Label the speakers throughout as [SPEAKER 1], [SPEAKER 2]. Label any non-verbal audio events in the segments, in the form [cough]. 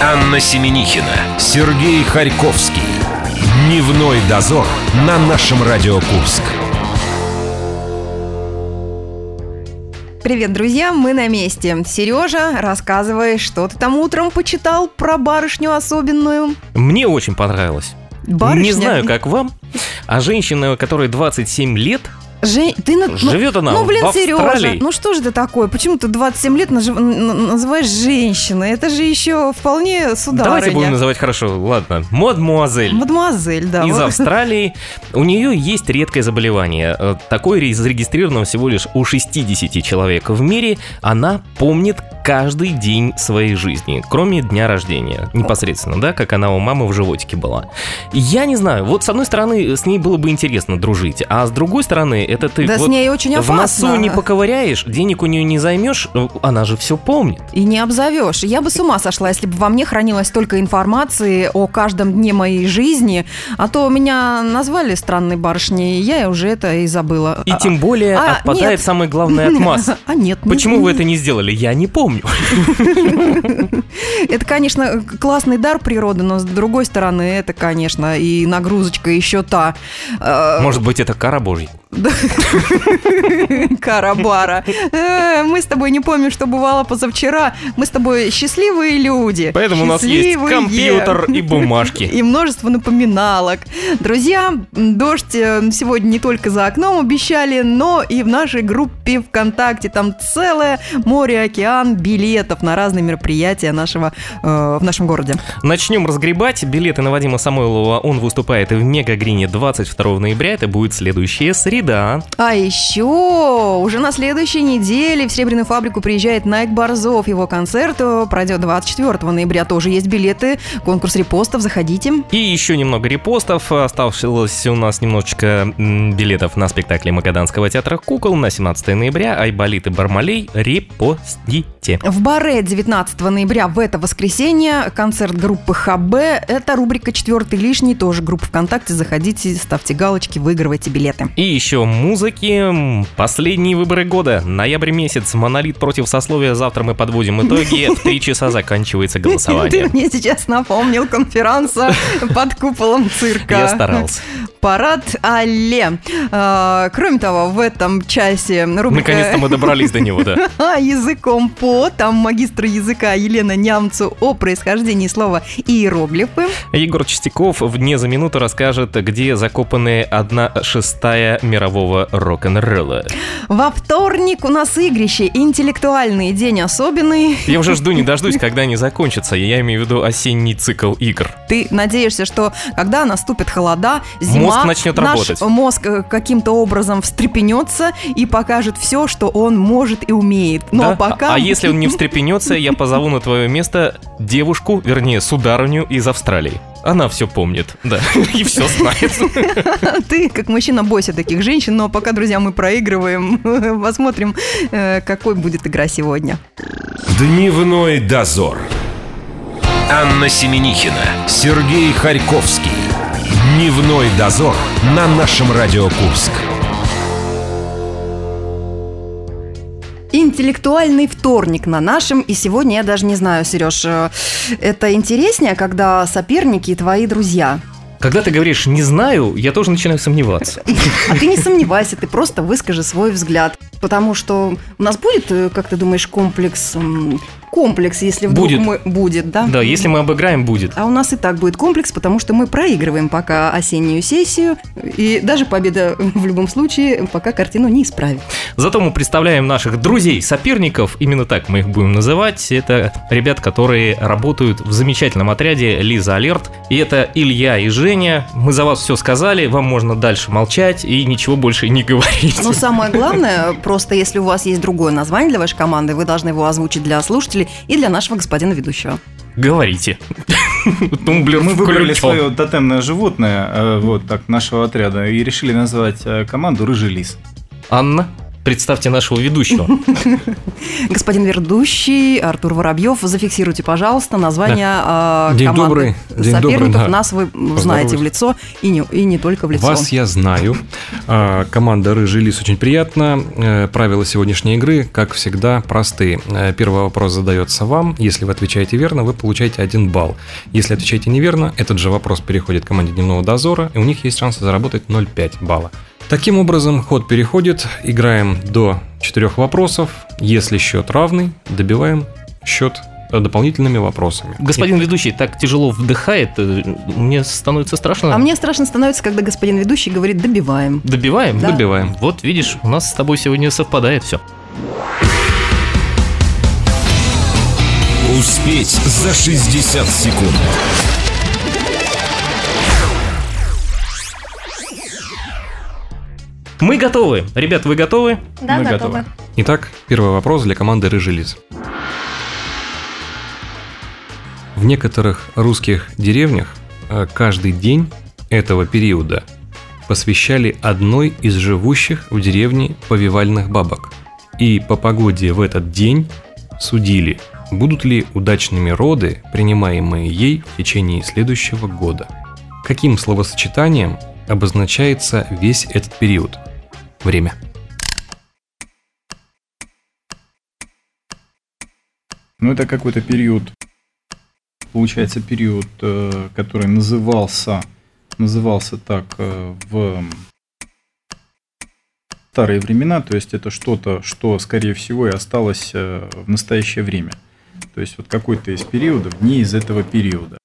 [SPEAKER 1] Анна Семенихина, Сергей Харьковский. Дневной дозор на нашем Радио Курск.
[SPEAKER 2] Привет, друзья, мы на месте. Сережа, рассказывай, что ты там утром почитал про барышню особенную.
[SPEAKER 3] Мне очень понравилось.
[SPEAKER 2] Барышня?
[SPEAKER 3] Не знаю, как вам, а женщина, которой 27 лет,
[SPEAKER 2] Жень, ты на... ну-
[SPEAKER 3] Живет она
[SPEAKER 2] Ну, блин,
[SPEAKER 3] в
[SPEAKER 2] Сережа,
[SPEAKER 3] Австралии.
[SPEAKER 2] ну что же ты такое? Почему ты 27 лет нажив- н- н- называешь женщиной? Это же еще вполне
[SPEAKER 3] давайте будем
[SPEAKER 2] сударыня.
[SPEAKER 3] называть хорошо, ладно, мадмуазель.
[SPEAKER 2] Мадемуазель, да.
[SPEAKER 3] из
[SPEAKER 2] вот.
[SPEAKER 3] Австралии. У нее есть редкое заболевание. Э, Такое ре- зарегистрировано всего лишь у 60 человек в мире. Она помнит каждый день своей жизни, кроме дня рождения. Непосредственно, да, как она у мамы в животике была. Я не знаю, вот с одной стороны с ней было бы интересно дружить, а с другой стороны это ты
[SPEAKER 2] Да с
[SPEAKER 3] вот
[SPEAKER 2] ней очень
[SPEAKER 3] в
[SPEAKER 2] опасно.
[SPEAKER 3] носу не поковыряешь, денег у нее не займешь, э, она же все помнит.
[SPEAKER 2] И не обзовешь. Я бы с ума сошла, если бы во мне хранилось только информации о каждом дне моей жизни, а то меня назвали странной барышней, и я уже это и забыла.
[SPEAKER 3] И
[SPEAKER 2] А-
[SPEAKER 3] тем более
[SPEAKER 2] а,
[SPEAKER 3] отпадает
[SPEAKER 2] нет.
[SPEAKER 3] самый главный
[SPEAKER 2] [laughs]
[SPEAKER 3] отмаз.
[SPEAKER 2] А нет. не-
[SPEAKER 3] Почему вы это не сделали? Я не помню.
[SPEAKER 2] [laughs] Это, конечно, классный дар природы, но с другой стороны, это, конечно, и нагрузочка еще та. Э,
[SPEAKER 3] Может быть, это кара божья.
[SPEAKER 2] Да. [laughs] Карабара. Э, Мы с тобой не помним, что бывало позавчера. Мы с тобой счастливые люди.
[SPEAKER 3] Поэтому у нас есть
[SPEAKER 2] Счастливые.
[SPEAKER 3] компьютер
[SPEAKER 2] [laughs]
[SPEAKER 3] и бумажки.
[SPEAKER 2] И множество напоминалок. Друзья, м, дождь э, сегодня не только за окном обещали, но и в нашей группе ВКонтакте. Там целое море-океан билетов на разные мероприятия нашего, э, в нашем городе.
[SPEAKER 3] Начнем разгребать. Билеты на Вадима Самойлова. Он выступает в Мегагрине 22 ноября. Это будет следующая среда.
[SPEAKER 2] А еще уже на следующей неделе в Серебряную фабрику приезжает Найк Борзов. Его концерт э, пройдет 24 ноября. Тоже есть билеты, конкурс репостов, заходите.
[SPEAKER 3] И еще немного репостов. Осталось у нас немножечко м, билетов на спектакли Магаданского театра «Кукол» на 17 ноября. Айболит и Бармалей. Репостите.
[SPEAKER 2] В баре 19 ноября в это воскресенье концерт группы ХБ. Это рубрика «Четвертый лишний», тоже группа ВКонтакте. Заходите, ставьте галочки, выигрывайте билеты.
[SPEAKER 3] И еще музыки. М, Последние выборы года. Ноябрь месяц. Монолит против сословия. Завтра мы подводим итоги. В три часа заканчивается
[SPEAKER 2] Ты
[SPEAKER 3] голосование.
[SPEAKER 2] мне сейчас напомнил конференция под куполом цирка.
[SPEAKER 3] Я старался.
[SPEAKER 2] Парад Алле. А, Кроме того, в этом часе рубрика
[SPEAKER 3] Наконец-то мы добрались до него, да.
[SPEAKER 2] [laughs] языком по. Там магистр языка Елена Нямцу о происхождении слова иероглифы.
[SPEAKER 3] Егор Чистяков в «Дне за минуту» расскажет, где закопаны одна шестая мирового рок-н-ролла.
[SPEAKER 2] Во вторник у нас игрище. Интеллектуальный день особенный.
[SPEAKER 3] Я уже жду не дождусь, когда они закончатся. Я имею в виду осенний цикл игр.
[SPEAKER 2] Ты надеешься, что когда наступит холода, зима,
[SPEAKER 3] Мозг начнет
[SPEAKER 2] наш
[SPEAKER 3] работать.
[SPEAKER 2] мозг э, каким-то образом встрепенется и покажет все, что он может и умеет. Но
[SPEAKER 3] Да?
[SPEAKER 2] Ну, пока...
[SPEAKER 3] А а если он не встрепенется, я позову на твое место девушку, вернее, сударыню из Австралии. Она все помнит, да, [laughs] и все знает.
[SPEAKER 2] [laughs] Ты, как мужчина, бойся таких женщин, но пока, друзья, мы проигрываем, [laughs] посмотрим, э, какой будет игра сегодня.
[SPEAKER 1] Дневной дозор. Анна Семенихина, Сергей Харьковский. Дневной дозор на нашем Радио Курск.
[SPEAKER 2] Интеллектуальный вторник на нашем, и сегодня я даже не знаю, Сереж, э, это интереснее, когда соперники и твои друзья.
[SPEAKER 3] Когда ты говоришь «не знаю», я тоже начинаю сомневаться.
[SPEAKER 2] А ты не сомневайся, ты просто выскажи свой взгляд. Потому что у нас будет, э, как ты думаешь, комплекс, м, комплекс, если вдруг
[SPEAKER 3] Будет.
[SPEAKER 2] мы... Будет, да?
[SPEAKER 3] Да, если мы обыграем, будет.
[SPEAKER 2] А у нас и так будет комплекс, потому что мы проигрываем пока осеннюю сессию, и даже победа в любом случае пока картину не исправит.
[SPEAKER 3] Зато мы представляем наших друзей, соперников, именно так мы их будем называть. Это ребят, которые работают в замечательном отряде Лиза Алерт. И это Илья и Женя. Мы за вас все сказали, вам можно дальше молчать и ничего больше не говорить.
[SPEAKER 2] Но самое главное, просто если у вас есть другое название для вашей команды, вы должны его озвучить для слушателей и для нашего господина ведущего.
[SPEAKER 3] [laughs] Говорите. Тумблер
[SPEAKER 4] Мы выбрали
[SPEAKER 3] включен.
[SPEAKER 4] свое тотемное животное, э, вот так, нашего отряда, и решили назвать э, команду «Рыжий лис».
[SPEAKER 3] Анна, Представьте нашего [laughs] ведущего.
[SPEAKER 2] Господин ведущий, Артур Воробьев, зафиксируйте, пожалуйста, название э,
[SPEAKER 4] День
[SPEAKER 2] команды
[SPEAKER 4] добрый, день добрый,
[SPEAKER 2] соперников.
[SPEAKER 4] да.
[SPEAKER 2] Нас вы знаете в лицо и не, и не только в лицо.
[SPEAKER 4] Вас я знаю. А, Команда «Рыжий лис» очень приятна. Э, Правила сегодняшней игры, как всегда, простые. Э, Первый вопрос задается вам. Если вы отвечаете верно, вы получаете один балл. Если отвечаете неверно, этот же вопрос переходит к команде «Дневного дозора», и у них есть шанс заработать 0,5 балла. Таким образом, ход переходит. Играем до четырех вопросов. Если счет равный, добиваем счет э, дополнительными вопросами.
[SPEAKER 3] Господин ведущий так тяжело вдыхает, э, мне становится страшно.
[SPEAKER 2] А мне страшно становится, когда господин ведущий говорит «добиваем».
[SPEAKER 3] Добиваем?
[SPEAKER 2] Да.
[SPEAKER 4] Добиваем.
[SPEAKER 3] Вот видишь, у нас с тобой сегодня совпадает все.
[SPEAKER 1] Успеть за 60 секунд.
[SPEAKER 3] Мы готовы. Ребят, вы готовы?
[SPEAKER 5] Да,
[SPEAKER 6] Мы
[SPEAKER 5] готовы.
[SPEAKER 4] Итак, первый вопрос для команды «Рыжий лис». В некоторых русских деревнях э, каждый день этого периода посвящали одной из живущих в деревне повивальных бабок. И по погоде в этот день судили, будут ли удачными роды, принимаемые ей в течение следующего года. Каким словосочетанием обозначается весь этот период? Время.
[SPEAKER 6] Ну, это какой-то период, получается, период, э, который назывался, назывался так э, в старые времена, то есть это что-то, что, скорее всего, и осталось э, в настоящее время. То есть вот какой-то из периодов, не из этого периода.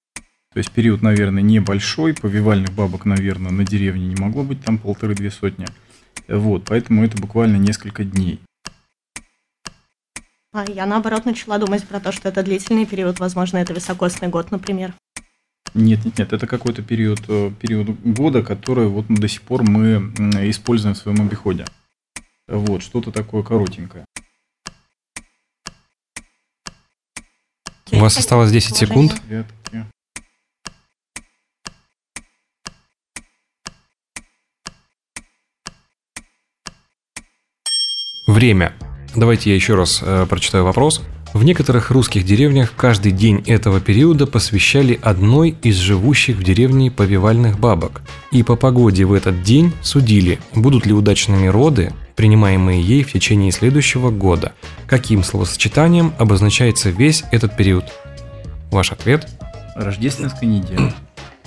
[SPEAKER 6] То есть период, наверное, небольшой, повивальных бабок, наверное, на деревне не могло быть, там полторы-две сотни. Э, Вот, поэтому это буквально несколько дней.
[SPEAKER 5] А я, наоборот, начала думать про то, что это длительный период, возможно, это високосный год, например.
[SPEAKER 6] Нет, нет, нет, это какой-то период, э, период года, который вот до сих пор мы м, используем в своем обиходе. Вот, что-то такое коротенькое.
[SPEAKER 4] У вас осталось 10 секунд.
[SPEAKER 6] Порядки.
[SPEAKER 4] Время. Давайте я еще раз э, прочитаю вопрос. В некоторых русских деревнях каждый день этого периода посвящали одной из живущих в деревне повивальных бабок. И по погоде в этот день судили, будут ли удачными роды, принимаемые ей в течение следующего года. Каким словосочетанием обозначается весь этот период? Ваш ответ –
[SPEAKER 6] Рождественская неделя.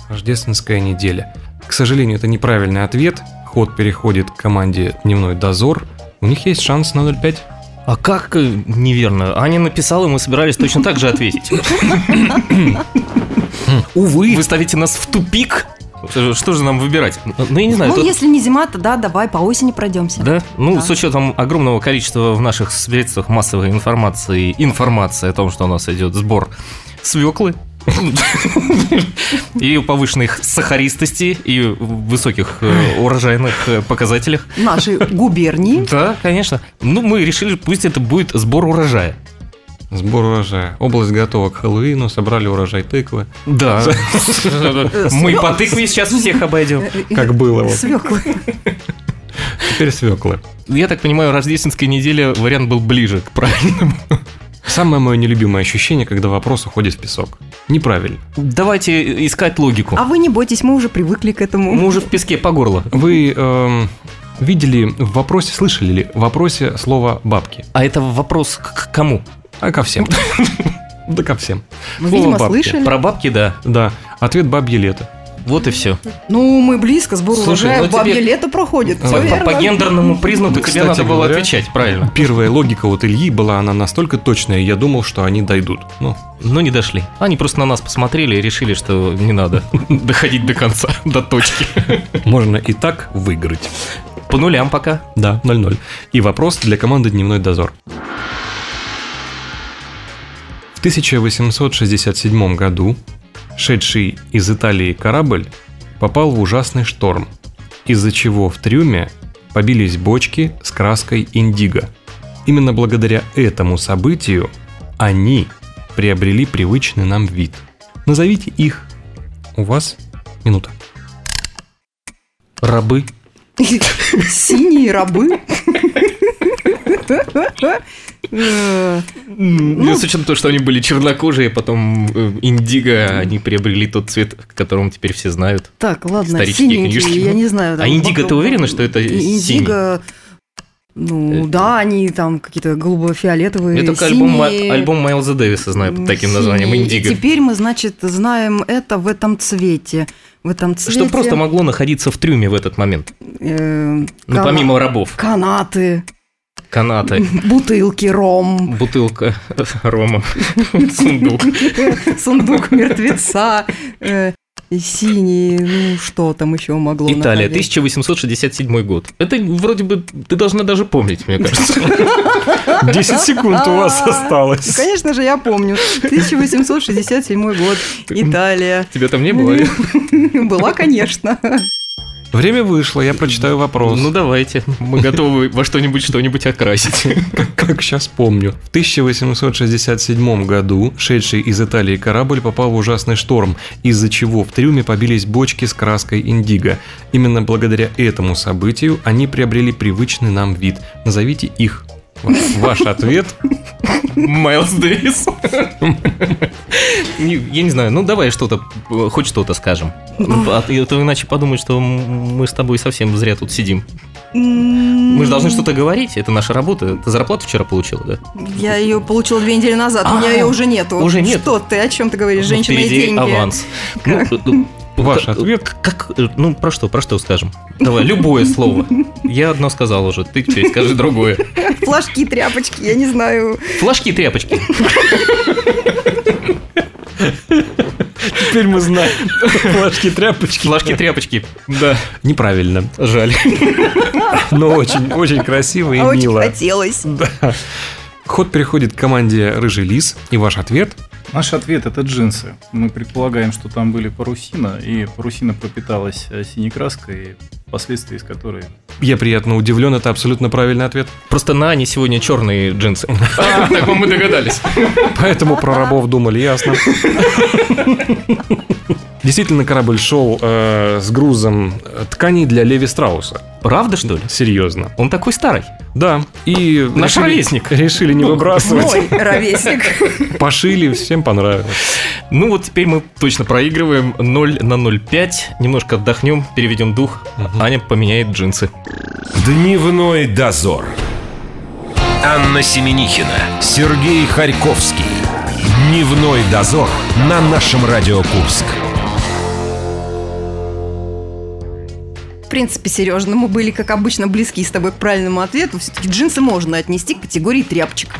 [SPEAKER 4] рождественская неделя. К сожалению, это неправильный ответ. Ход переходит к команде «Дневной дозор». У них есть шанс на 0,5.
[SPEAKER 3] А как э, неверно? Аня написала, и мы собирались точно так
[SPEAKER 2] [laughs]
[SPEAKER 3] же ответить. Увы. Вы ставите нас в тупик. Э, Что же нам выбирать? Ну, я не знаю.
[SPEAKER 2] ну,
[SPEAKER 3] тут-
[SPEAKER 2] если не зима, то да, давай по осени пройдемся.
[SPEAKER 3] Да? Ну,
[SPEAKER 2] Да.
[SPEAKER 3] с учетом огромного количества в наших средствах массовой информации, информации о том, что у нас идет сбор свеклы, [laughs] и повышенной сахаристости, и высоких э, урожайных э, показателях.
[SPEAKER 4] [laughs]
[SPEAKER 2] Наши губернии.
[SPEAKER 3] Да, конечно. Ну, мы решили, пусть это будет сбор урожая.
[SPEAKER 4] Сбор урожая. Область готова к Хэллоуину, собрали урожай тыквы.
[SPEAKER 3] [laughs] Да. Мы по тыкве сейчас всех обойдем.
[SPEAKER 4] Как было, вот.
[SPEAKER 2] э, Свеклы.
[SPEAKER 4] Теперь свеклы.
[SPEAKER 3] Я так понимаю, рождественская неделя вариант был ближе к правильному.
[SPEAKER 4] Самое мое нелюбимое ощущение, когда вопрос уходит в песок. Неправильно.
[SPEAKER 3] Давайте искать логику.
[SPEAKER 2] А вы не бойтесь, мы уже привыкли к этому.
[SPEAKER 3] Мы уже в песке по горло.
[SPEAKER 4] Вы эм, видели в вопросе, слышали ли в вопросе слово «бабки»?
[SPEAKER 3] А это вопрос к к кому?
[SPEAKER 4] А ко всем. [laughs] Да ко всем.
[SPEAKER 2] Мы,
[SPEAKER 4] слово
[SPEAKER 2] видимо,
[SPEAKER 4] бабки.
[SPEAKER 2] слышали.
[SPEAKER 3] Про бабки, да.
[SPEAKER 4] Да. Ответ «бабье лето».
[SPEAKER 3] Вот и все.
[SPEAKER 2] Ну, мы близко, сбор
[SPEAKER 3] Слушай,
[SPEAKER 2] урожая,
[SPEAKER 3] ну тебе-
[SPEAKER 2] бабье лето проходит.
[SPEAKER 4] По-
[SPEAKER 2] всё
[SPEAKER 4] по-
[SPEAKER 2] верно.
[SPEAKER 3] По гендерному признаку тебе
[SPEAKER 4] Кстати
[SPEAKER 3] надо было
[SPEAKER 4] говоря,
[SPEAKER 3] отвечать, правильно.
[SPEAKER 4] Первая логика от Ильи была, она настолько точная, я думал, что они дойдут. Ну,
[SPEAKER 3] Но не дошли. Они просто на нас посмотрели и решили, что не надо [laughs] доходить до конца, до точки.
[SPEAKER 4] можно и так выиграть.
[SPEAKER 3] По нулям пока.
[SPEAKER 4] Да, 0-0. И вопрос для команды «Дневной дозор». В 1867 году шедший из Италии корабль попал в ужасный шторм, из-за чего в трюме побились бочки с краской индиго. Именно благодаря этому событию они приобрели привычный нам вид. Назовите их. У вас минута.
[SPEAKER 3] Рабы.
[SPEAKER 2] Синие рабы. Э,
[SPEAKER 3] Ну, с учетом того, что они были чернокожие, потом э, индиго, они приобрели тот цвет, о котором теперь все знают.
[SPEAKER 2] Так, ладно,
[SPEAKER 3] Исторические книжки.
[SPEAKER 2] синенькие, я не знаю.
[SPEAKER 3] А индиго, ты уверена, что это
[SPEAKER 2] И- Индиго, ну
[SPEAKER 3] Это-
[SPEAKER 2] да, они там какие-то голубо-фиолетовые,
[SPEAKER 3] Я только альбом,
[SPEAKER 2] синие.
[SPEAKER 3] альбом Майлза Дэвиса знаю под таким названием
[SPEAKER 2] Синие. И
[SPEAKER 3] «Индиго».
[SPEAKER 2] Теперь мы, значит, знаем это в этом цвете. В этом цвете.
[SPEAKER 3] Что просто могло находиться в трюме в этот момент?
[SPEAKER 2] э,
[SPEAKER 3] Ну,
[SPEAKER 2] кана-
[SPEAKER 3] помимо рабов.
[SPEAKER 2] Канаты,
[SPEAKER 3] Каната,
[SPEAKER 2] бутылки, ром,
[SPEAKER 3] бутылка э,
[SPEAKER 2] [laughs]
[SPEAKER 3] рома, сундук.
[SPEAKER 2] сундук мертвеца, э, и синие, ну что там еще могло
[SPEAKER 3] Италия,
[SPEAKER 2] находиться?
[SPEAKER 3] 1867 год. Это вроде бы ты должна даже помнить, [laughs] мне кажется.
[SPEAKER 4] 10 секунд у вас осталось.
[SPEAKER 2] А, Конечно же, я помню. 1867 год, Италия.
[SPEAKER 3] Тебя там не было? Ну,
[SPEAKER 2] Была, конечно.
[SPEAKER 4] Время вышло, я прочитаю вопрос.
[SPEAKER 3] Ну давайте, мы готовы во что-нибудь что-нибудь окрасить.
[SPEAKER 4] Как сейчас помню. В 1867 году шедший из Италии корабль попал в ужасный шторм, из-за чего в трюме побились бочки с краской индиго. Именно благодаря этому событию они приобрели привычный нам вид. Назовите их. Вот Ваш ответ.
[SPEAKER 3] Майлз Дэвис. Не, Я не знаю, ну давай что-то, э, хоть что-то скажем. А ты- а то иначе подумают, что м- мы с тобой совсем зря тут сидим. Мы
[SPEAKER 2] Мы
[SPEAKER 3] же должны что-то говорить, это наша работа. Ты зарплату вчера получила, да?
[SPEAKER 2] Я ее получила две недели назад, у меня
[SPEAKER 3] А,
[SPEAKER 2] ее уже нету.
[SPEAKER 3] уже нет?
[SPEAKER 2] Что ты, о чем ты говоришь,
[SPEAKER 3] Ну,
[SPEAKER 2] женщина и
[SPEAKER 3] впереди
[SPEAKER 2] деньги?
[SPEAKER 3] аванс. Ну, э, э,
[SPEAKER 4] Ваш
[SPEAKER 3] как-
[SPEAKER 4] ответ.
[SPEAKER 3] Как, э, ну, про что, про что скажем? Давай, любое слово. Я одно сказал уже, ты теперь скажи другое.
[SPEAKER 2] Флажки, тряпочки, я не знаю.
[SPEAKER 3] Флажки, тряпочки.
[SPEAKER 4] Теперь мы знаем. Флажки тряпочки.
[SPEAKER 3] Флажки, тряпочки. Да,
[SPEAKER 4] Неправильно.
[SPEAKER 3] жаль.
[SPEAKER 4] Но очень, очень красиво и
[SPEAKER 2] а очень
[SPEAKER 4] мило.
[SPEAKER 2] хотелось.
[SPEAKER 4] Ход переходит к команде Рыжий Лис. И ваш ответ?
[SPEAKER 6] Наш ответ это джинсы. Мы предполагаем, что там были парусина, и парусина пропиталась э, синей краской, последствия из которой...
[SPEAKER 4] Я приятно удивлен, это абсолютно правильный ответ.
[SPEAKER 3] Просто на Ане сегодня черные джинсы. Так мы догадались.
[SPEAKER 4] Поэтому про рабов думали, ясно. Действительно, корабль шел э, с грузом э, тканей для Леви Страуса.
[SPEAKER 3] Правда, что ли?
[SPEAKER 4] Серьезно.
[SPEAKER 3] Он такой старый.
[SPEAKER 4] Да. И
[SPEAKER 3] Наш
[SPEAKER 4] решили-
[SPEAKER 3] ровесник. Ну,
[SPEAKER 4] Решили не выбрасывать.
[SPEAKER 2] Ой, ровесник.
[SPEAKER 4] Пошили, всем понравилось.
[SPEAKER 3] Ну вот теперь мы точно проигрываем 0 на 0,5. Немножко отдохнем, переведем дух. Аня поменяет джинсы.
[SPEAKER 1] Дневной дозор. Анна Семенихина, Сергей Харьковский. Дневной дозор на нашем Радио Курск.
[SPEAKER 2] В принципе, Сереж, ну мы были, как обычно, близки с тобой к правильному ответу. Все-таки джинсы можно отнести к категории тряпочек.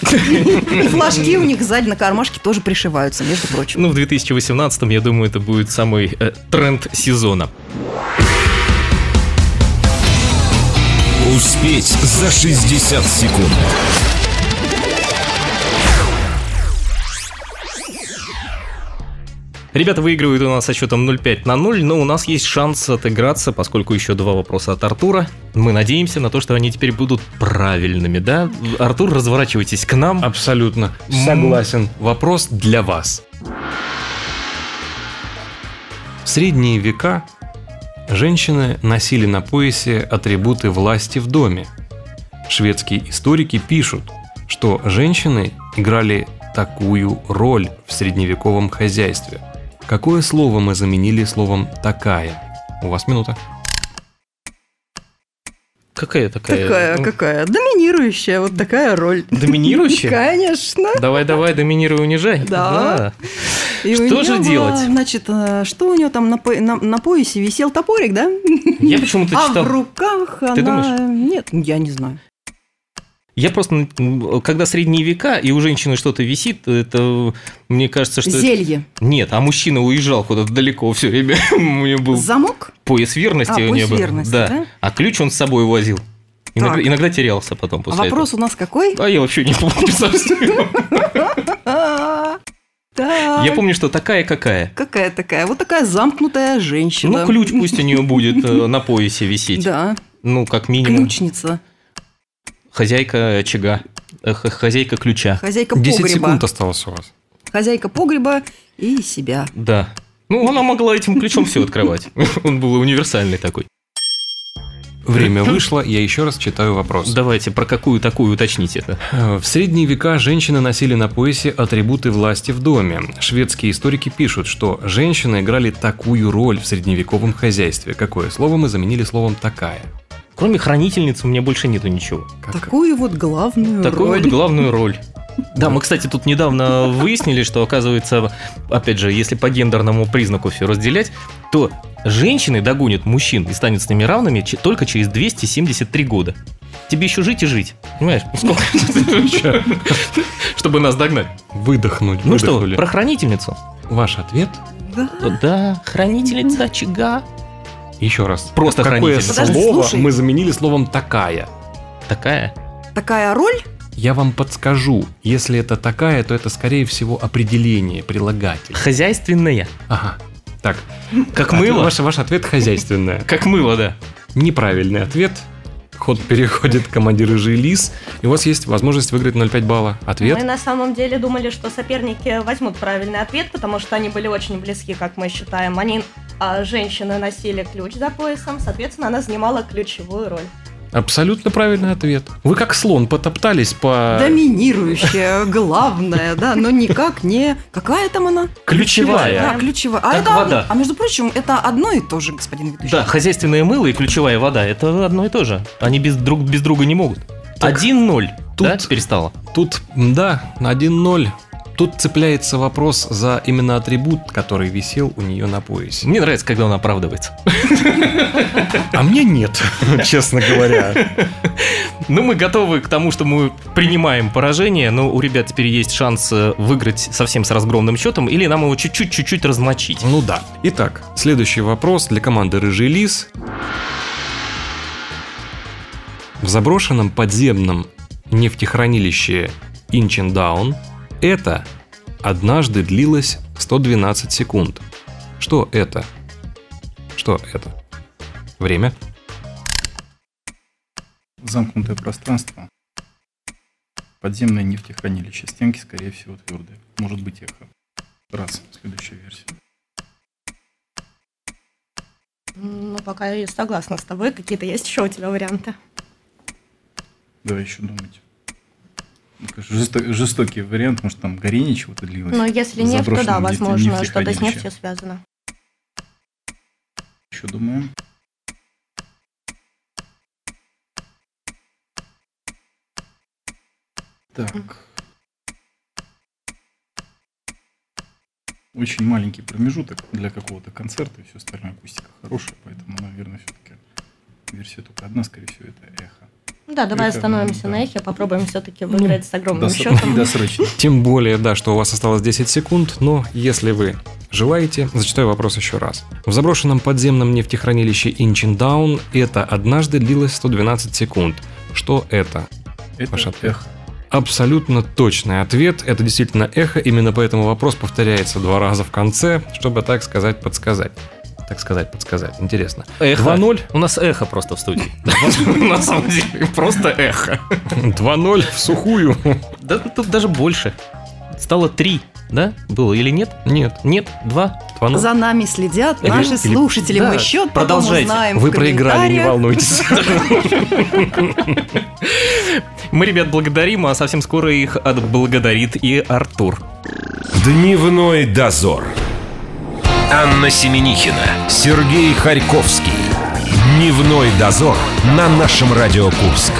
[SPEAKER 2] И флажки у них сзади на кармашке тоже пришиваются, между прочим.
[SPEAKER 3] Ну, в 2018, я думаю, это будет самый э, тренд сезона.
[SPEAKER 1] Успеть за 60 секунд.
[SPEAKER 3] Ребята выигрывают у нас со счетом 0-5 на 0, но у нас есть шанс отыграться, поскольку еще два вопроса от Артура. Мы надеемся на то, что они теперь будут правильными, да? Артур, разворачивайтесь к нам.
[SPEAKER 4] Абсолютно.
[SPEAKER 3] Согласен.
[SPEAKER 4] Вопрос для вас. В средние века женщины носили на поясе атрибуты власти в доме. Шведские историки пишут, что женщины играли такую роль в средневековом хозяйстве. Какое слово мы заменили словом «такая»? У вас минута.
[SPEAKER 3] Какая такая?
[SPEAKER 2] Такая,
[SPEAKER 3] Ну,
[SPEAKER 2] какая? Доминирующая, вот такая роль.
[SPEAKER 3] Доминирующая?
[SPEAKER 2] Конечно.
[SPEAKER 3] Давай, давай, доминируй, унижай.
[SPEAKER 2] Да. И у
[SPEAKER 3] Что
[SPEAKER 2] неё
[SPEAKER 3] же
[SPEAKER 2] была,
[SPEAKER 3] делать?
[SPEAKER 2] Значит, э, что у нее там на, по- на- на поясе висел топорик, да?
[SPEAKER 3] Я почему-то
[SPEAKER 2] а в
[SPEAKER 3] читал.
[SPEAKER 2] руках она...
[SPEAKER 3] думаешь?
[SPEAKER 2] Нет, я не знаю.
[SPEAKER 3] Я просто, м, когда средние века и у женщины что-то висит, это мне кажется, что. это-
[SPEAKER 2] Зелье.
[SPEAKER 3] Нет, а мужчина уезжал куда-то далеко, все время [laughs] у меня был
[SPEAKER 2] Замок?
[SPEAKER 3] пояс верности
[SPEAKER 2] А,
[SPEAKER 3] у
[SPEAKER 2] пояс
[SPEAKER 3] нее был.
[SPEAKER 2] верности, да?
[SPEAKER 3] А ключ он с собой возил. Иногда,
[SPEAKER 2] Так.
[SPEAKER 3] иногда терялся потом после
[SPEAKER 2] а вопрос у нас какой?
[SPEAKER 3] этого. А я вообще не помню [laughs] совсем.
[SPEAKER 2] А, Так.
[SPEAKER 3] Я помню, что такая какая.
[SPEAKER 2] Какая такая? Вот такая замкнутая женщина.
[SPEAKER 3] Ну, ключ пусть у нее будет э, на поясе висеть.
[SPEAKER 2] Да,
[SPEAKER 3] Ну, как минимум.
[SPEAKER 2] ключница.
[SPEAKER 3] Хозяйка очага. Э, х- Хозяйка ключа.
[SPEAKER 2] Хозяйка
[SPEAKER 4] 10
[SPEAKER 2] погреба.
[SPEAKER 4] секунд осталось у вас.
[SPEAKER 2] Хозяйка погреба и себя.
[SPEAKER 3] Да. [laughs] Ну, она могла этим ключом все открывать. Он был универсальный такой.
[SPEAKER 4] Время вышло, я еще раз читаю вопрос.
[SPEAKER 3] Давайте, про какую такую уточните это.
[SPEAKER 4] В средние века женщины носили на поясе атрибуты власти в доме. Шведские историки пишут, что женщины играли такую роль в средневековом хозяйстве. Какое слово мы заменили словом «такая»?
[SPEAKER 3] Кроме хранительницы у меня больше нету ничего.
[SPEAKER 4] А Как-
[SPEAKER 2] Такую вот главную
[SPEAKER 3] Такую
[SPEAKER 2] роль.
[SPEAKER 3] вот главную роль. [laughs] Да, мы, кстати, тут недавно выяснили, что, оказывается, опять же, если по гендерному признаку все разделять, то женщины догонят мужчин и станут с ними равными че- только через 273 года. Тебе еще жить и жить, понимаешь? [laughs] Сколько? Чтобы нас догнать.
[SPEAKER 4] Выдохнули.
[SPEAKER 3] Ну что,
[SPEAKER 4] выдохнули.
[SPEAKER 3] про хранительницу?
[SPEAKER 4] ваш ответ?
[SPEAKER 2] Да.
[SPEAKER 3] Э, Да, хранительница очага.
[SPEAKER 4] Еще раз.
[SPEAKER 3] Просто
[SPEAKER 4] Какое
[SPEAKER 3] хранительница.
[SPEAKER 2] Подожди,
[SPEAKER 4] слово
[SPEAKER 2] слушай.
[SPEAKER 4] мы заменили словом «такая»?
[SPEAKER 3] Такая.
[SPEAKER 2] Такая роль?
[SPEAKER 4] Я вам подскажу. Если это такая, то это, скорее всего, определение, прилагатель.
[SPEAKER 3] Хозяйственная.
[SPEAKER 4] Ага. Так.
[SPEAKER 3] Как
[SPEAKER 4] От-
[SPEAKER 3] мыло?
[SPEAKER 4] Ваш, ваш ответ хозяйственное.
[SPEAKER 3] Как мыло, да.
[SPEAKER 4] Неправильный ответ. Ход переходит к командиру Жилис. И у вас есть возможность выиграть 0,5 балла.
[SPEAKER 5] Мы
[SPEAKER 4] Ответ?
[SPEAKER 5] на самом деле думали, что соперники возьмут правильный ответ, потому что они были очень близки, как мы считаем. Они, а, женщины носили ключ за поясом, соответственно, она занимала ключевую роль.
[SPEAKER 4] Абсолютно правильный ответ. Вы как слон потоптались по...
[SPEAKER 2] Доминирующая, главная, да, но никак не... Какая там она?
[SPEAKER 3] Ключевая.
[SPEAKER 2] Да, ключевая. А,
[SPEAKER 3] Как
[SPEAKER 2] это, од-
[SPEAKER 3] вода.
[SPEAKER 2] а между прочим, это одно и то же, господин ведущий.
[SPEAKER 3] Да, хозяйственное мыло и ключевая вода – это одно и то же. Они без друг без друга не могут.
[SPEAKER 4] Так
[SPEAKER 3] 1-0.
[SPEAKER 4] тут-
[SPEAKER 3] Да, теперь стало.
[SPEAKER 4] Тут, да, 1-0. Тут цепляется вопрос за именно атрибут, который висел у нее на поясе.
[SPEAKER 3] Мне нравится, когда он оправдывается.
[SPEAKER 4] А мне нет, честно говоря.
[SPEAKER 3] Ну, мы готовы к тому, что мы принимаем поражение, но у ребят теперь есть шанс э, выиграть совсем с разгромным счетом, или нам его чуть-чуть-чуть размочить.
[SPEAKER 4] Ну да. Итак, следующий вопрос для команды Рыжий Лис. В заброшенном подземном нефтехранилище Инчендаун это однажды длилось 112 секунд. Что это? Что это? Время.
[SPEAKER 6] Замкнутое пространство. Подземное нефтехранилище. Стенки, скорее всего, твердые. Может быть, эхо. Раз. Следующая версия.
[SPEAKER 5] М, Ну, пока я согласна с тобой. Какие-то есть еще у тебя варианты?
[SPEAKER 6] Давай еще думать. Ну, конечно, жесто- жестокий вариант, может там горение чего-то длилось.
[SPEAKER 5] Ну, если нефть, то да,
[SPEAKER 6] Заброшенное нефте-
[SPEAKER 5] возможно, что-то с
[SPEAKER 6] нефтехранилище.
[SPEAKER 5] нефтью связано.
[SPEAKER 6] Еще думаем. Так. Очень маленький промежуток для какого-то концерта и все остальное. Акустика хорошая, поэтому, наверное, все-таки версия только одна, скорее всего, это эхо.
[SPEAKER 5] Ну Да, давай
[SPEAKER 6] Эхо,
[SPEAKER 5] остановимся
[SPEAKER 6] да.
[SPEAKER 5] на эхе, попробуем все-таки
[SPEAKER 4] Ну,
[SPEAKER 5] выиграть с огромным
[SPEAKER 6] Досро-
[SPEAKER 4] [laughs]
[SPEAKER 5] счетом.
[SPEAKER 6] Недосрочно.
[SPEAKER 4] Тем более, да, что у вас осталось 10 секунд, но если вы желаете, зачитаю вопрос еще раз. В заброшенном подземном нефтехранилище Инчиндаун это однажды длилось 112 секунд. Что это? Ваш
[SPEAKER 6] Это
[SPEAKER 4] ответ.
[SPEAKER 6] эхо.
[SPEAKER 4] Абсолютно точный ответ. Это действительно эхо, именно поэтому вопрос повторяется два раза в конце, чтобы, так сказать, подсказать. Так сказать, подсказать. Интересно.
[SPEAKER 3] Эхо.
[SPEAKER 4] 2-0.
[SPEAKER 3] У нас эхо просто в [laughs] студии. На самом деле, просто эхо.
[SPEAKER 4] 2-0 в сухую.
[SPEAKER 3] Да тут даже больше. Стало 3, да? Было или нет?
[SPEAKER 4] Нет,
[SPEAKER 3] Нет, 2.
[SPEAKER 4] 2-0.
[SPEAKER 2] За нами следят
[SPEAKER 4] Или-
[SPEAKER 2] наши
[SPEAKER 4] или-
[SPEAKER 2] слушатели.
[SPEAKER 3] да,
[SPEAKER 2] Мы счет
[SPEAKER 3] продолжайте.
[SPEAKER 2] потом узнаем в
[SPEAKER 4] Вы проиграли, не
[SPEAKER 2] комментариях.
[SPEAKER 4] волнуйтесь.
[SPEAKER 3] [laughs] Мы ребят благодарим, а совсем скоро их отблагодарит и Артур.
[SPEAKER 1] Дневной дозор. Анна Семенихина, Сергей Харьковский. Дневной дозор на нашем Радио Курск.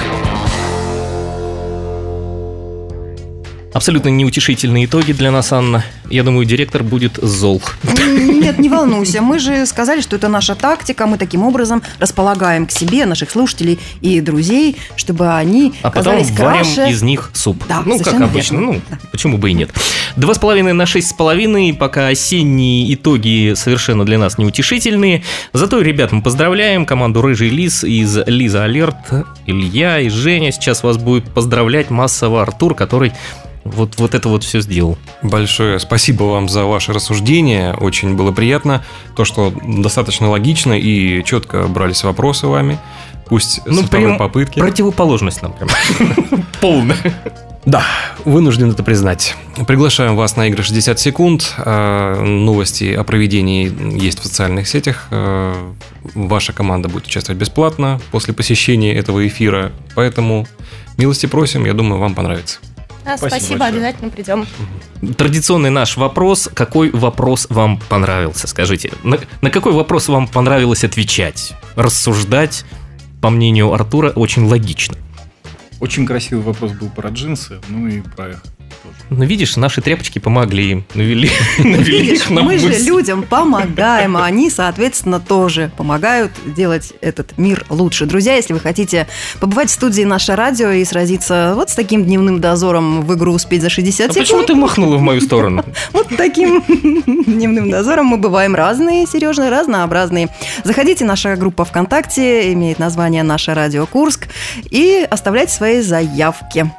[SPEAKER 3] Абсолютно неутешительные итоги для нас, Анна. Я думаю, директор будет зол.
[SPEAKER 2] Нет, не волнуйся. Мы же сказали, что это наша тактика. Мы таким образом располагаем к себе наших слушателей и друзей, чтобы они
[SPEAKER 3] А потом
[SPEAKER 2] казались
[SPEAKER 3] варим
[SPEAKER 2] краше.
[SPEAKER 3] из них суп.
[SPEAKER 2] Да,
[SPEAKER 3] ну, как
[SPEAKER 2] совершенно
[SPEAKER 3] обычно.
[SPEAKER 2] верно.
[SPEAKER 3] Ну,
[SPEAKER 2] Да.
[SPEAKER 3] почему бы и нет. Два с половиной на шесть с половиной, пока осенние итоги совершенно для нас неутешительные. Зато, ребят, мы поздравляем команду Рыжий Лис из Лиза Алерт, Илья и Женя. Сейчас вас будет поздравлять массово Артур, который вот, вот это вот все сделал.
[SPEAKER 4] Большое Спасибо вам за ваше рассуждение. Очень было приятно. То, что достаточно логично и четко брались вопросы вами. Пусть
[SPEAKER 3] Ну,
[SPEAKER 4] со второй
[SPEAKER 3] прям
[SPEAKER 4] попытки.
[SPEAKER 3] Противоположность нам прям. [laughs] Полная.
[SPEAKER 4] Да, вынужден это признать. Приглашаем вас на игры 60 секунд. Э, Новости о проведении есть в социальных сетях. Э, Ваша команда будет участвовать бесплатно после посещения этого эфира. Поэтому милости просим, я думаю, вам понравится.
[SPEAKER 5] А,
[SPEAKER 6] Спасибо
[SPEAKER 5] Спасибо,
[SPEAKER 6] большое.
[SPEAKER 5] обязательно придем.
[SPEAKER 3] Традиционный наш вопрос. Какой вопрос вам понравился? Скажите, на, на какой вопрос вам понравилось отвечать? Рассуждать, по мнению Артура, очень логично.
[SPEAKER 6] Очень красивый вопрос был про джинсы, ну и про эхо тоже.
[SPEAKER 3] Ну, видишь, наши тряпочки помогли им. Навели, [laughs] навели
[SPEAKER 2] Видишь,
[SPEAKER 3] их на
[SPEAKER 2] мы же
[SPEAKER 3] мысль.
[SPEAKER 2] людям помогаем, а они, соответственно, тоже помогают делать этот мир лучше. Друзья, если вы хотите побывать в студии «Наше радио» и сразиться вот с таким дневным дозором в игру «Успеть за 60
[SPEAKER 3] А почему
[SPEAKER 2] секунд»,
[SPEAKER 3] ты махнула в
[SPEAKER 2] [laughs]
[SPEAKER 3] мою сторону?
[SPEAKER 2] вот таким дневным дозором мы бываем разные, Сережные, разнообразные. Заходите, наша группа ВКонтакте имеет название «Наше радио Курск» и оставляйте свои заявки.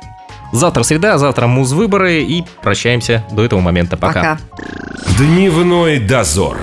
[SPEAKER 3] Завтра среда, завтра муз выборы и прощаемся до этого момента. Пока.
[SPEAKER 2] Пока.
[SPEAKER 1] Дневной дозор.